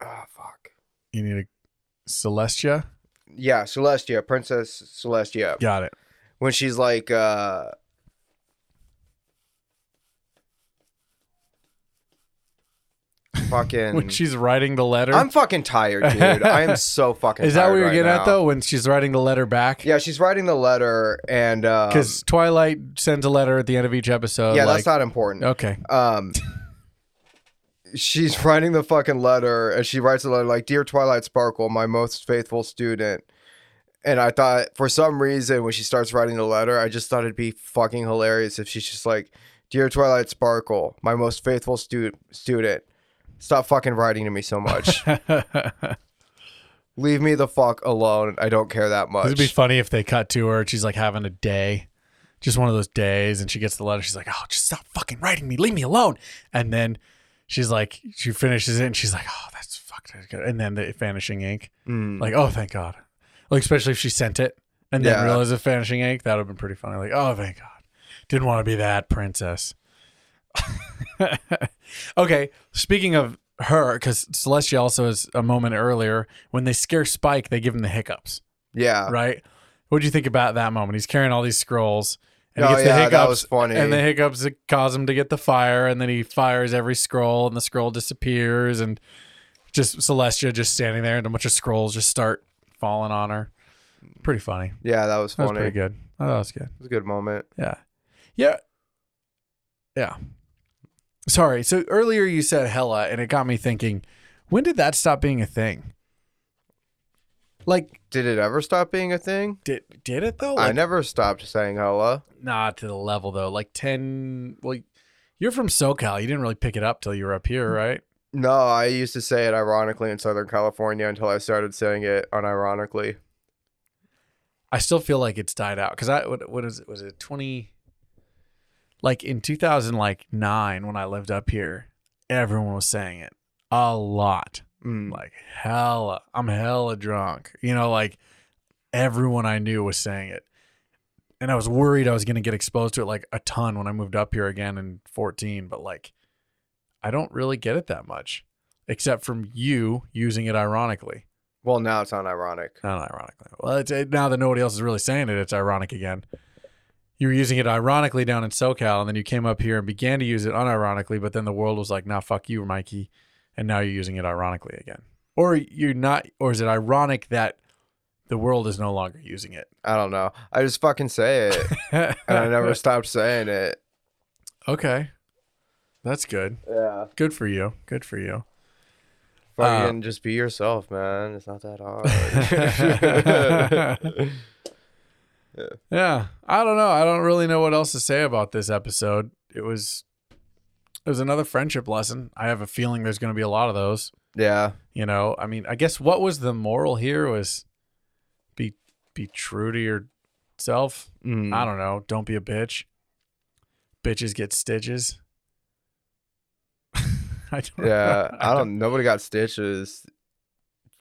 Speaker 2: Ah, fuck.
Speaker 1: You need a Celestia.
Speaker 2: Yeah, Celestia, Princess Celestia.
Speaker 1: Got it.
Speaker 2: When she's like, uh, fucking.
Speaker 1: When she's writing the letter.
Speaker 2: I'm fucking tired, dude. I am so fucking.
Speaker 1: is that what
Speaker 2: tired
Speaker 1: you're
Speaker 2: right
Speaker 1: getting
Speaker 2: now.
Speaker 1: at though? When she's writing the letter back.
Speaker 2: Yeah, she's writing the letter, and um,
Speaker 1: Because Twilight sends a letter at the end of each episode.
Speaker 2: yeah,
Speaker 1: uh, like, oh.
Speaker 2: that's not important.
Speaker 1: Okay.
Speaker 2: Um, she's writing the fucking letter, and she writes a letter like, "Dear Twilight Sparkle, my most faithful student." And I thought, for some reason, when she starts writing the letter, I just thought it'd be fucking hilarious if she's just like, "Dear Twilight Sparkle, my most faithful stu- student, Stop fucking writing to me so much. Leave me the fuck alone. I don't care that much.
Speaker 1: It'd be funny if they cut to her and she's like having a day, just one of those days, and she gets the letter. She's like, "Oh, just stop fucking writing me. Leave me alone." And then she's like, she finishes it, and she's like, "Oh, that's fucked." that's good." And then the vanishing ink,
Speaker 2: Mm.
Speaker 1: like, "Oh, thank God." Like especially if she sent it and then
Speaker 2: Yeah.
Speaker 1: realized it's vanishing ink, that would have been pretty funny. Like, "Oh, thank God." Didn't want to be that princess. okay, speaking of her, because Celestia also is a moment earlier when they scare Spike, they give him the hiccups
Speaker 2: yeah.
Speaker 1: right? What do you think about that moment? He's carrying all these scrolls, and he
Speaker 2: Oh,
Speaker 1: gets the
Speaker 2: yeah,
Speaker 1: hiccups,
Speaker 2: that was funny.
Speaker 1: and the hiccups that cause him to get the fire, and then he fires every scroll, and the scroll disappears, and just Celestia just standing there, and a bunch of scrolls just start falling on her. Pretty funny.
Speaker 2: yeah, that was
Speaker 1: That
Speaker 2: funny.
Speaker 1: was pretty good. Oh, that was good.
Speaker 2: It was a good moment.
Speaker 1: Yeah, yeah, yeah. Sorry. So earlier you said Hella, and it got me thinking. When did that stop being a thing? Like,
Speaker 2: Did it ever stop being a thing?
Speaker 1: did did it though?
Speaker 2: I
Speaker 1: Like,
Speaker 2: never stopped saying hello.
Speaker 1: not to the level though. Like ten. Well, you're from SoCal. You didn't really pick it up till you were up here, right?
Speaker 2: No, I used to say it ironically in Southern California until I started saying it unironically.
Speaker 1: I still feel like it's died out because I what, what is it? Was it twenty? Like in two thousand like nine when I lived up here, everyone was saying it a lot.
Speaker 2: Mm.
Speaker 1: Like hella, I'm hella drunk. You know, like everyone I knew was saying it. And I was worried I was going to get exposed to it like a ton when I moved up here again in 14, but like I don't really get it that much except from you using it ironically.
Speaker 2: Well, now it's unironic.
Speaker 1: Not ironically. Well, it's, it, now that nobody else is really saying it, it's ironic again. You were using it ironically down in SoCal, and then you came up here and began to use it unironically, but then the world was like, nah, fuck you, Mikey. And now you're using it ironically again. Or you're not, or is it ironic that the world is no longer using it?
Speaker 2: I don't know. I just fucking say it, and I never stopped saying it.
Speaker 1: okay. That's good.
Speaker 2: Yeah.
Speaker 1: Good for you. Good for you. Uh,
Speaker 2: Fucking just be yourself, man. It's not that hard.
Speaker 1: yeah. I don't know. I don't really know what else to say about this episode. It was it was another friendship lesson. I have a feeling there's going to be a lot of those,
Speaker 2: yeah.
Speaker 1: you know. I mean, I guess what was the moral here was be be true to yourself.
Speaker 2: Mm.
Speaker 1: I don't know. Don't be a bitch. Bitches get stitches. I don't
Speaker 2: Yeah. I don't. Nobody got stitches.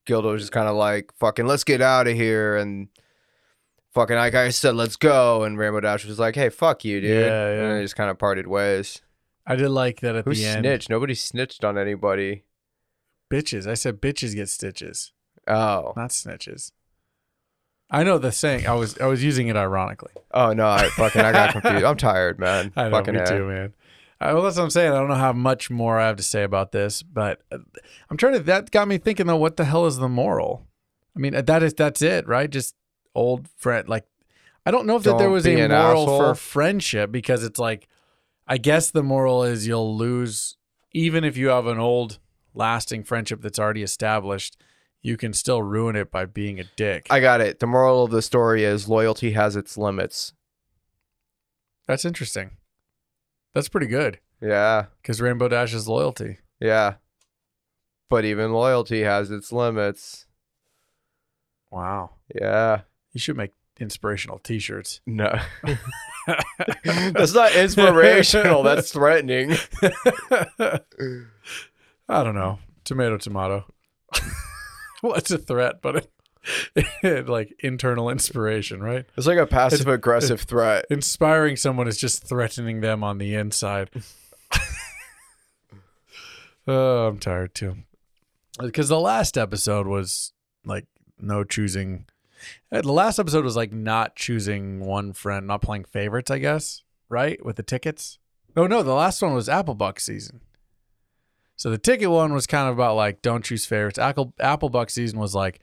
Speaker 2: Gildo was just kind of like, fucking, let's get out of here. And fucking, like I said, let's go. And Rainbow Dash was like, hey, fuck you, dude.
Speaker 1: Yeah, yeah.
Speaker 2: And they just kind of parted ways.
Speaker 1: I did like that at
Speaker 2: Who
Speaker 1: the end.
Speaker 2: snitched? Nobody snitched on anybody.
Speaker 1: Bitches. I said bitches get stitches.
Speaker 2: Oh.
Speaker 1: not snitches. I know the saying. I was I was using it ironically.
Speaker 2: Oh, no. I fucking, I got confused. I'm tired, man.
Speaker 1: I know
Speaker 2: fucking
Speaker 1: me
Speaker 2: A.
Speaker 1: too, man. Uh, well, that's what I'm saying. I don't know how much more I have to say about this, but uh, I'm trying to. That got me thinking though. What the hell is the moral? I mean, uh, that is that's it, right? Just old friend. Like, I don't know if that there
Speaker 2: Don't
Speaker 1: was
Speaker 2: be
Speaker 1: a
Speaker 2: an
Speaker 1: moral for
Speaker 2: asshole.
Speaker 1: friendship because it's like, I guess the moral is you'll lose even if you have an old lasting friendship that's already established. You can still ruin it by being a dick.
Speaker 2: I got it. The moral of the story is loyalty has its limits.
Speaker 1: That's interesting. That's pretty good
Speaker 2: Yeah.
Speaker 1: because Rainbow Dash is loyalty.
Speaker 2: Yeah. But even loyalty has its limits.
Speaker 1: Wow.
Speaker 2: Yeah.
Speaker 1: You should make inspirational t shirts.
Speaker 2: No. That's not inspirational. That's threatening.
Speaker 1: I don't know. Tomato, tomato. well, it's a threat, but it, like internal inspiration, right?
Speaker 2: It's like a passive aggressive threat.
Speaker 1: Inspiring someone is just threatening them on the inside. oh, I'm tired too. Because the last episode was like no choosing. uh, The last episode was like not choosing one friend, not playing favorites, I guess, right? With the tickets. Oh, no, the last one was Applebuck season. So the ticket one was kind of about like don't choose favorites. Apple Applebuck season was like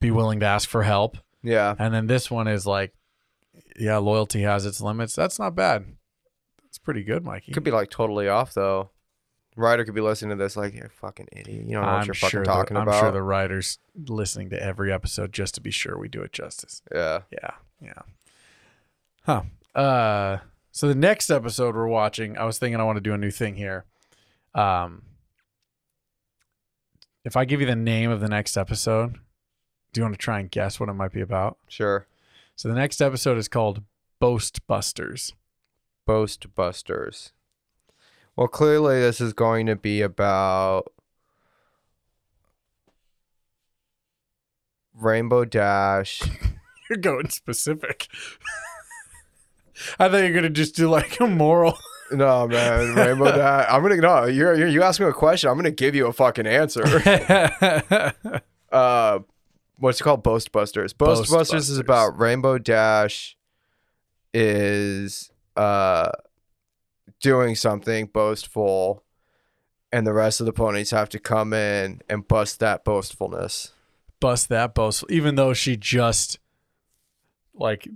Speaker 1: be willing to ask for help.
Speaker 2: Yeah.
Speaker 1: And then this one is like, yeah, loyalty has its limits. That's not bad. That's pretty good, Mikey.
Speaker 2: Could be like totally off though. Ryder could be listening to this like you fucking idiot. You don't know what
Speaker 1: I'm
Speaker 2: you're
Speaker 1: sure
Speaker 2: fucking talking
Speaker 1: the,
Speaker 2: about.
Speaker 1: I'm sure the writers listening to every episode just to be sure we do it justice.
Speaker 2: yeah.
Speaker 1: Yeah, yeah. Huh. Uh, so the next episode we're watching, I was thinking I want to do a new thing here. Um, If I give you the name of the next episode, do you want to try and guess what it might be about?
Speaker 2: Sure.
Speaker 1: So the next episode is called Boast Busters.
Speaker 2: Boast Busters. Well, clearly this is going to be about Rainbow Dash.
Speaker 1: You're going specific. I thought you were going to just do like a moral.
Speaker 2: No man, Rainbow Dash. I'm gonna no. You're, you're you asked me a question. I'm gonna give you a fucking answer.
Speaker 1: yeah.
Speaker 2: uh, what's it called? Boast Busters. Boast Busters
Speaker 1: Boastbusters.
Speaker 2: is about Rainbow Dash is uh doing something boastful, and the rest of the ponies have to come in and bust that boastfulness.
Speaker 1: Bust that boastful, even though she just like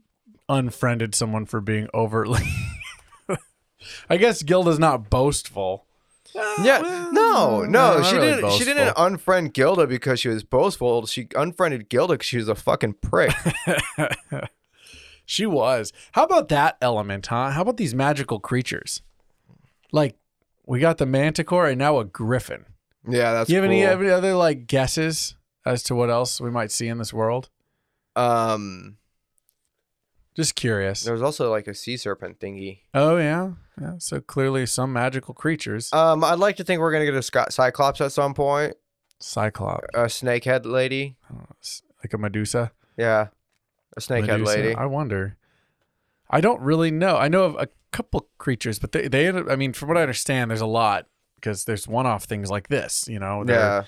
Speaker 1: unfriended someone for being overtly. I guess Gilda's not boastful.
Speaker 2: Yeah, no, no,
Speaker 1: Mm, not
Speaker 2: she
Speaker 1: really
Speaker 2: didn't. She didn't
Speaker 1: boastful.
Speaker 2: unfriend Gilda because she was boastful. She unfriended Gilda because she was a fucking prick.
Speaker 1: She was. How about that element, huh? How about these magical creatures? Like, we got the manticore and now a griffin.
Speaker 2: yeah, that's.
Speaker 1: you have any,
Speaker 2: cool.
Speaker 1: any other like guesses as to what else we might see in this world?
Speaker 2: um,
Speaker 1: Just curious.
Speaker 2: there was also like a sea serpent thingy.
Speaker 1: Oh yeah, yeah. So clearly some magical creatures.
Speaker 2: Um, I'd like to think we're gonna get a sc- cyclops at some point.
Speaker 1: Cyclops,
Speaker 2: A snakehead lady.
Speaker 1: like a Medusa.
Speaker 2: Yeah, a snakehead
Speaker 1: Medusa?
Speaker 2: lady.
Speaker 1: I wonder. I don't really know. I know of a couple creatures, but they they end up- I mean, from what I understand, there's a lot because there's one-off things like this. You know, they're
Speaker 2: Yeah,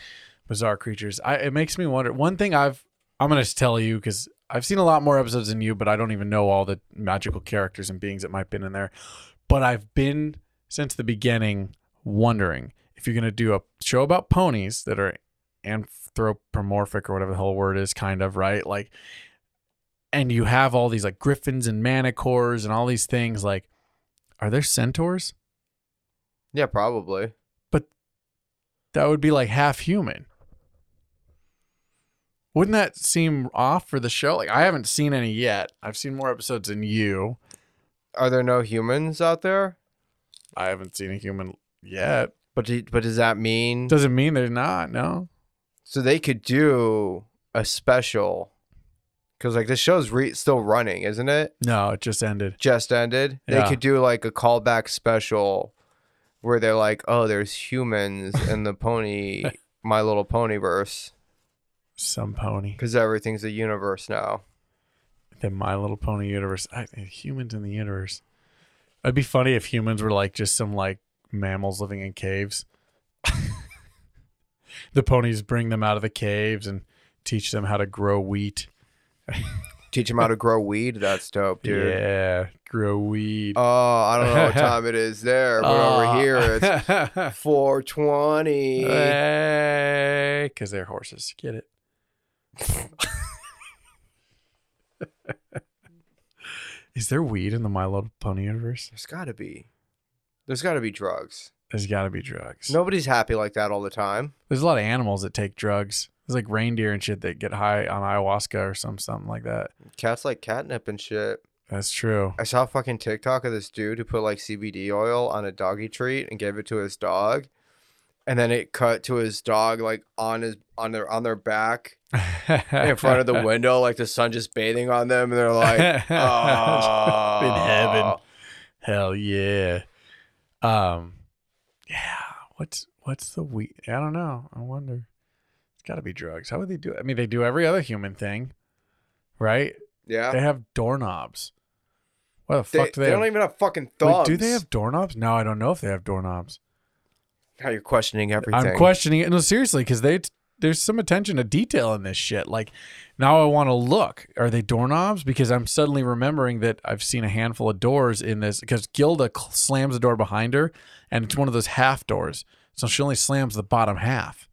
Speaker 1: bizarre creatures. I it makes me wonder. One thing I've I'm gonna just tell you because I've seen a lot more episodes than you, but I don't even know all the magical characters and beings that might have been in there. But I've been since the beginning wondering if you're gonna do a show about ponies that are anthropomorphic or whatever the hell word is, kind of right, like, and you have all these like griffins and manticores and all these things. Like, are there centaurs?
Speaker 2: yeah, probably.
Speaker 1: that would be like half human. Wouldn't that seem off for the show? Like I haven't seen any yet. I've seen more episodes than you.
Speaker 2: Are there no humans out there?
Speaker 1: I haven't seen a human yet.
Speaker 2: But do, but does that mean
Speaker 1: Doesn't mean there's not, no.
Speaker 2: so they could do a special? Because like this show's re- still running, isn't it?
Speaker 1: No, it just ended.
Speaker 2: Just ended.
Speaker 1: Yeah.
Speaker 2: They could do like a callback special where they're like, "Oh, there's humans in the pony, My Little Pony verse,
Speaker 1: Some pony.
Speaker 2: because everything's a universe now."
Speaker 1: The My Little Pony universe. I, humans in the universe. It'd be funny if humans were like just some like mammals living in caves. the ponies bring them out of the caves and teach them how to grow wheat.
Speaker 2: Teach them how to grow weed. That's dope, dude.
Speaker 1: Yeah, grow weed.
Speaker 2: Oh, I don't know what time it is there, but
Speaker 1: Uh.
Speaker 2: over here it's
Speaker 1: it's
Speaker 2: 420.
Speaker 1: because they're horses. Get it? Is there weed in the My Little Pony universe?
Speaker 2: There's got to be. There's got to be drugs.
Speaker 1: There's got to be drugs.
Speaker 2: Nobody's happy like that all the time.
Speaker 1: There's a lot of animals that take drugs. There's like reindeer and shit that get high on ayahuasca or some something like that.
Speaker 2: Cats like catnip and shit.
Speaker 1: That's true.
Speaker 2: I saw a fucking TikTok of this dude who put like CBD oil on a doggy treat and gave it to his dog. And then it cut to his dog like on his on their on their back in front of the window, like the sun just bathing on them, and they're like, oh.
Speaker 1: heaven. Hell yeah. Um yeah, what's what's the we I don't know. I wonder. It's got to be drugs. How would they do it? I mean, they do every other human thing, right?
Speaker 2: Yeah.
Speaker 1: They have doorknobs. What the
Speaker 2: They,
Speaker 1: fuck do
Speaker 2: they
Speaker 1: they,
Speaker 2: don't
Speaker 1: have?
Speaker 2: even have fucking
Speaker 1: Wait,
Speaker 2: thumbs.
Speaker 1: do they have doorknobs? No, I don't know if they have doorknobs.
Speaker 2: How you're questioning everything.
Speaker 1: I'm questioning it. No, seriously, because they there's some attention to detail in this shit. Like now, I want to look. Are they doorknobs? Because I'm suddenly remembering that I've seen a handful of doors in this. Because Gilda cl- slams the door behind her, and it's one of those half doors, so she only slams the bottom half.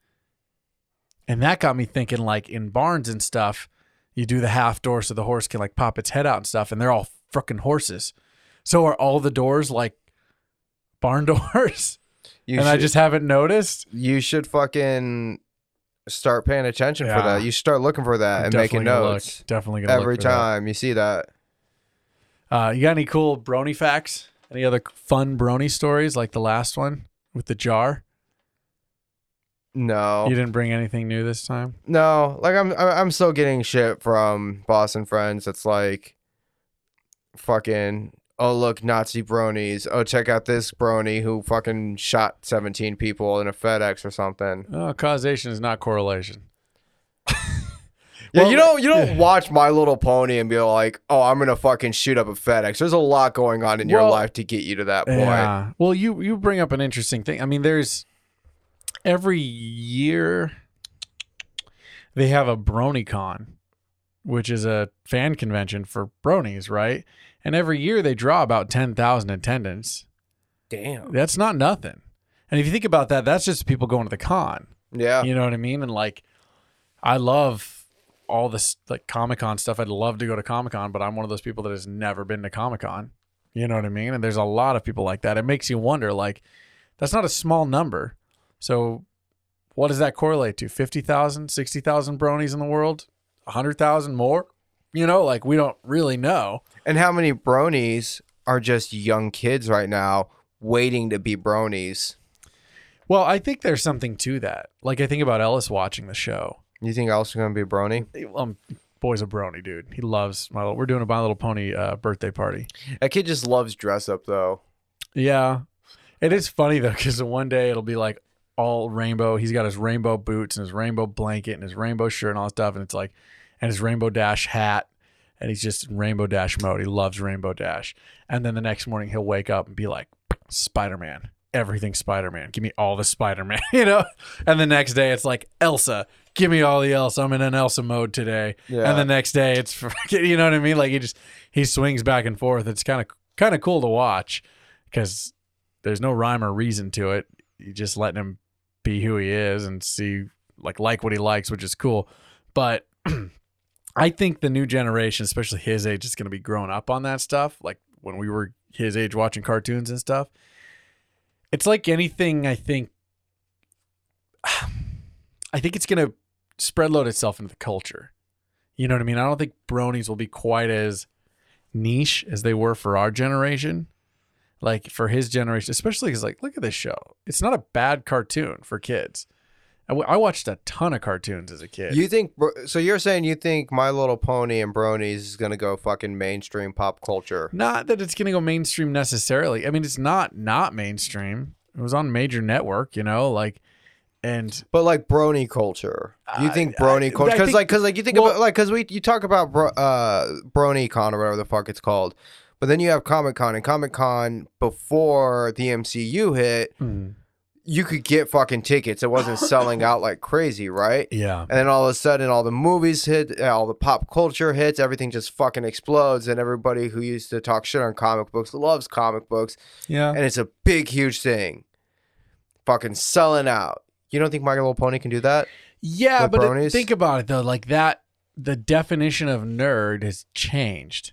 Speaker 1: And that got me thinking, like in barns and stuff, you do the half door so the horse can like pop its head out and stuff, and they're all frickin' horses. So are all the doors like barn doors?
Speaker 2: You
Speaker 1: and I
Speaker 2: should-
Speaker 1: just haven't noticed.
Speaker 2: you should fucking start paying attention
Speaker 1: Yeah.
Speaker 2: for that. You should start looking for that and
Speaker 1: Definitely
Speaker 2: making
Speaker 1: gonna
Speaker 2: notes
Speaker 1: Look, definitely gonna
Speaker 2: every
Speaker 1: look for that.
Speaker 2: time you see that.
Speaker 1: Uh, you got any cool brony facts? Any other fun brony stories like the last one with the jar?
Speaker 2: No,
Speaker 1: You didn't bring anything new this time.
Speaker 2: no. Like I'm, I- I'm still getting shit from Boston friends. That's like, fucking. Oh look, Nazi bronies. Oh check out this brony who fucking shot 17 people in a FedEx or something.
Speaker 1: Oh, causation is not correlation.
Speaker 2: Yeah,
Speaker 1: Well,
Speaker 2: you don't you don't watch My Little Pony and be like, oh, I'm gonna fucking shoot up a FedEx. There's a lot going on in your
Speaker 1: Well,
Speaker 2: life to get you to that point.
Speaker 1: Yeah. Well, you you bring up an interesting thing. I mean, there's every year they have a BronyCon, which is a fan convention for bronies, right? And every year they draw about ten thousand attendance.
Speaker 2: Damn.
Speaker 1: That's not nothing. And if you think about that, that's just people going to the con.
Speaker 2: Yeah.
Speaker 1: You know what I mean? And like, I love all this like Comic Con stuff. I'd love to go to Comic Con, but I'm one of those people that has never been to Comic Con. You know what I mean? And there's a lot of people like that. It makes you wonder, like, that's not a small number. So, what does that correlate to? 50,000, 60,000 bronies in the world? 100,000 more? You know, like, we don't really know.
Speaker 2: And how many bronies are just young kids right now waiting to be bronies?
Speaker 1: Well, I think there's something to that. Like, I think about Ellis watching the show.
Speaker 2: You think Ellis is gonna be a brony?
Speaker 1: um boy's a brony dude he loves my little we're doing a my little pony uh, birthday party
Speaker 2: That kid just loves dress up though.
Speaker 1: yeah it is funny though because one day it'll be like all rainbow he's got his rainbow boots and his rainbow blanket and his rainbow shirt and all that stuff and it's like and his rainbow dash hat and he's just in rainbow dash mode he loves rainbow dash and then the next morning he'll wake up and be like spider-man everything spider-man give me all the spider-man you know and the next day it's like elsa give me all the elsa i'm in an elsa mode today
Speaker 2: Yeah.
Speaker 1: and the next day it's fucking- you know what I mean. Like he just he swings back and forth. It's kind of kind of cool to watch because there's no rhyme or reason to it. You just letting him be who he is and see like like what he likes, which is cool. But I think the new generation, especially his age, is going to be growing up on that stuff. Like when we were his age watching cartoons and stuff. It's like anything. I think. I think it's going to spread load itself into the culture. You know what I mean? I don't think bronies will be quite as niche as they were for our generation. Like for his generation, especially because, like, look at this show. It's not a bad cartoon for kids. I wa- I watched a ton of cartoons as a kid.
Speaker 2: You think bro- so? You're saying you think My Little Pony and bronies is gonna go fucking mainstream pop culture?
Speaker 1: Not that it's going to go mainstream necessarily. I mean, it's not not mainstream. It was on major network, you know, like, and
Speaker 2: But like brony culture, you
Speaker 1: I-
Speaker 2: think
Speaker 1: I-
Speaker 2: brony culture?
Speaker 1: I
Speaker 2: Because
Speaker 1: think-
Speaker 2: like, because like you think
Speaker 1: well-
Speaker 2: about like, because we you talk about bro, uh, brony con or whatever the fuck it's called, but then you have Comic Con and Comic Con before the MCU hit, you could get fucking tickets. It wasn't selling out like crazy, right?
Speaker 1: yeah,
Speaker 2: And then all of a sudden, all the movies hit, uh, all the pop culture hits, everything just fucking explodes, and everybody who used to talk shit on comic books loves comic books,
Speaker 1: yeah.
Speaker 2: and it's a big, huge thing. Fucking selling out. You don't think My Little Pony can do that?
Speaker 1: Yeah,
Speaker 2: With
Speaker 1: but it-
Speaker 2: bronies?
Speaker 1: think about it though. Like that, the definition of nerd has changed.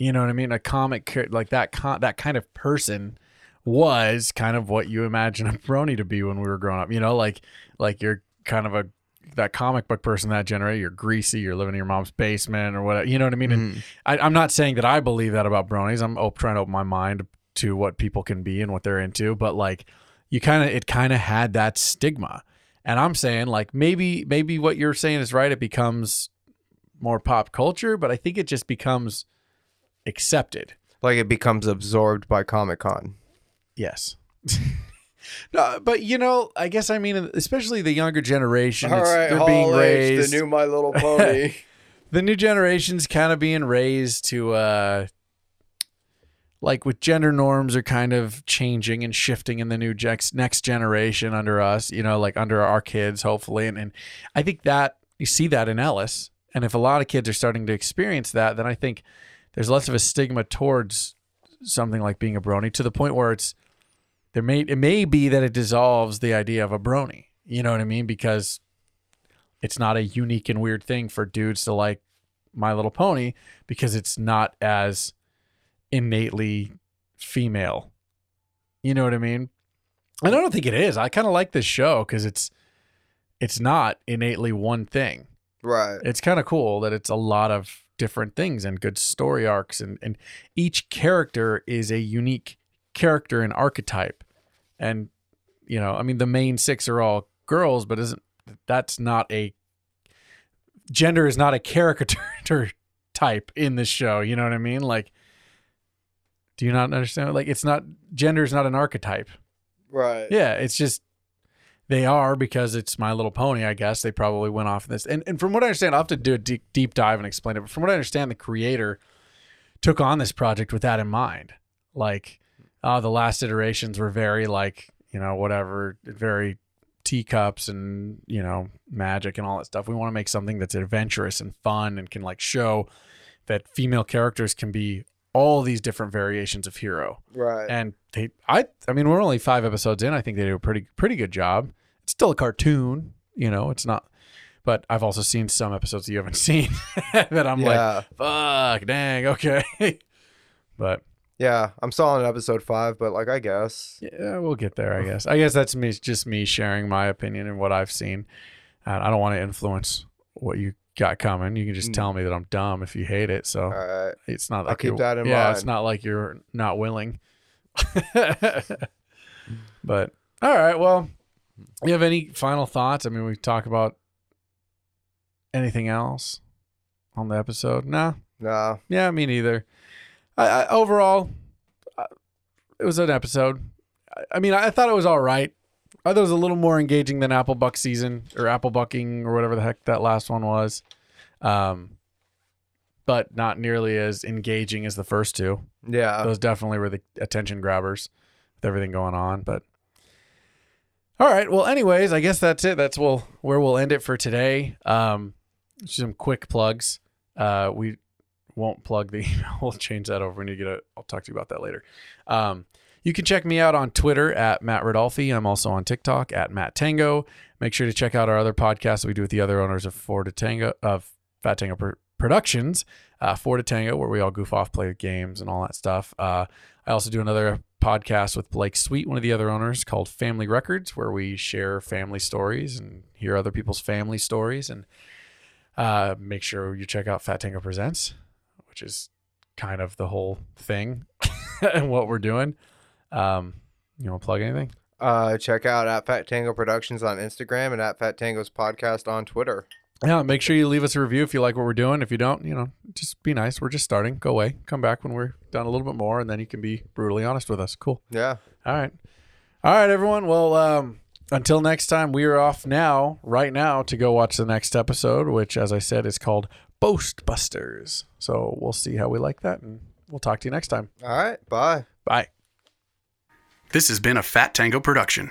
Speaker 1: You know what I mean? A comic ca- like that, con- that kind of person was kind of what you imagine a brony to be when we were growing up. You know, like like you're kind of a that comic book person that generation. You're greasy. You're living in your mom's basement or whatever. You know what I mean? And I, I'm not saying that I believe that about bronies. I'm op- trying to open my mind to what people can be and what they're into, but like you kind of it kind of had that stigma. And I'm saying like maybe maybe what you're saying is right. It becomes more pop culture, but I think it just becomes accepted.
Speaker 2: Mm-hmm. Like it becomes absorbed by Comic Con.
Speaker 1: Yes. no, but you know, I guess I mean, especially the younger generation, it's- they're being raised.
Speaker 2: My Little Pony.
Speaker 1: the new generation's kind of being raised to uh like with gender norms are kind of changing and shifting in the new gex- next generation under us you know like under our kids hopefully and, and i think that you see that in ellis and if a lot of kids are starting to experience that then i think there's less of a stigma towards something like being a brony to the point where it's there may it may be that it dissolves the idea of a brony you know what i mean because it's not a unique and weird thing for dudes to like My Little Pony because it's not as innately female. You know what I mean? And I don't think it is. I kind of like this show because it's it's not innately one thing.
Speaker 2: right.
Speaker 1: It's kind of cool that it's a lot of different things and good story arcs and and each character is a unique character and archetype. And you know, I mean the main six are all girls, but isn't that's not a gender is not a caricature type in this show. You know what I mean? Like, do you not understand? Like, it's not gender is not an archetype.
Speaker 2: Right.
Speaker 1: Yeah, it's just they are because it's My Little Pony. I guess they probably went off this. And and from what I understand, I'll have to do a deep, deep dive and explain it. But from what I understand, the creator took on this project with that in mind. Like, uh, the last iterations were very like you know whatever, very teacups and you know magic and all that stuff. We want to make something that's adventurous and fun and can like show that female characters can be all these different variations of hero
Speaker 2: Right.
Speaker 1: and they i i mean we're only five episodes in i think they do a pretty pretty good job it's still a cartoon you know it's not but i've also seen some episodes that you haven't seen that i'm like
Speaker 2: yeah.
Speaker 1: fuck dang okay but
Speaker 2: yeah. I'm still on episode five, but like I guess.
Speaker 1: yeah we'll get there i guess i guess that's me just me sharing my opinion and what i've seen and i don't want to influence what you got coming you can just
Speaker 2: Mm.
Speaker 1: tell me that i'm dumb if you hate it so
Speaker 2: All right.
Speaker 1: it's not like
Speaker 2: keep
Speaker 1: you're-
Speaker 2: that in
Speaker 1: yeah, it's
Speaker 2: mind.
Speaker 1: not like you're not willing. but all right, well, you have any final thoughts? I mean, we talk about anything else on the episode? Nah,
Speaker 2: No.
Speaker 1: yeah, me neither. I, I overall, I, it was an episode. I, I mean, I, I thought it was all right. I thought it was a little more engaging than Apple Buck season or Apple Bucking or whatever the heck that last one was. Um, but not nearly as engaging as the first two.
Speaker 2: Yeah.
Speaker 1: Those definitely were the attention grabbers with everything going on. But all right. Well, anyways, I guess that's it. That's we'll, where we'll end it for today. Um, just some quick plugs. Uh, we won't plug the email. We'll change that over. We need to get a. I'll talk to you about that later. Um, you can check me out on Twitter at Matt Rodolfi. I'm also on TikTok at Matt Tango. Make sure to check out our other podcast that we do with the other owners of Four to Tango of Fat Tango Pro- Productions, uh, Four to Tango, where we all goof off, play games, and all that stuff. Uh, I also do another podcast with Blake Sweet, one of the other owners, called Family Records, where we share family stories and hear other people's family stories. And uh, make sure you check out Fat Tango Presents, which is kind of the whole thing and what we're doing. Um, you want to plug anything?
Speaker 2: Uh, check out at Fat Tango Productions on Instagram and at Fat Tango's podcast on Twitter.
Speaker 1: Yeah, make sure you leave us a review if you like what we're doing. If you don't, you know, just be nice. We're just starting. Go away. Come back when we're done a little bit more, and then you can be brutally honest with us. Cool.
Speaker 2: Yeah.
Speaker 1: All right. All right, everyone. Well, um, until next time, we are off now, right now, to go watch the next episode, which, as I said, is called Boastbusters. So we'll see how we like that, and we'll talk to you next time.
Speaker 2: All right. Bye.
Speaker 1: Bye. This has been a Fat Tango production.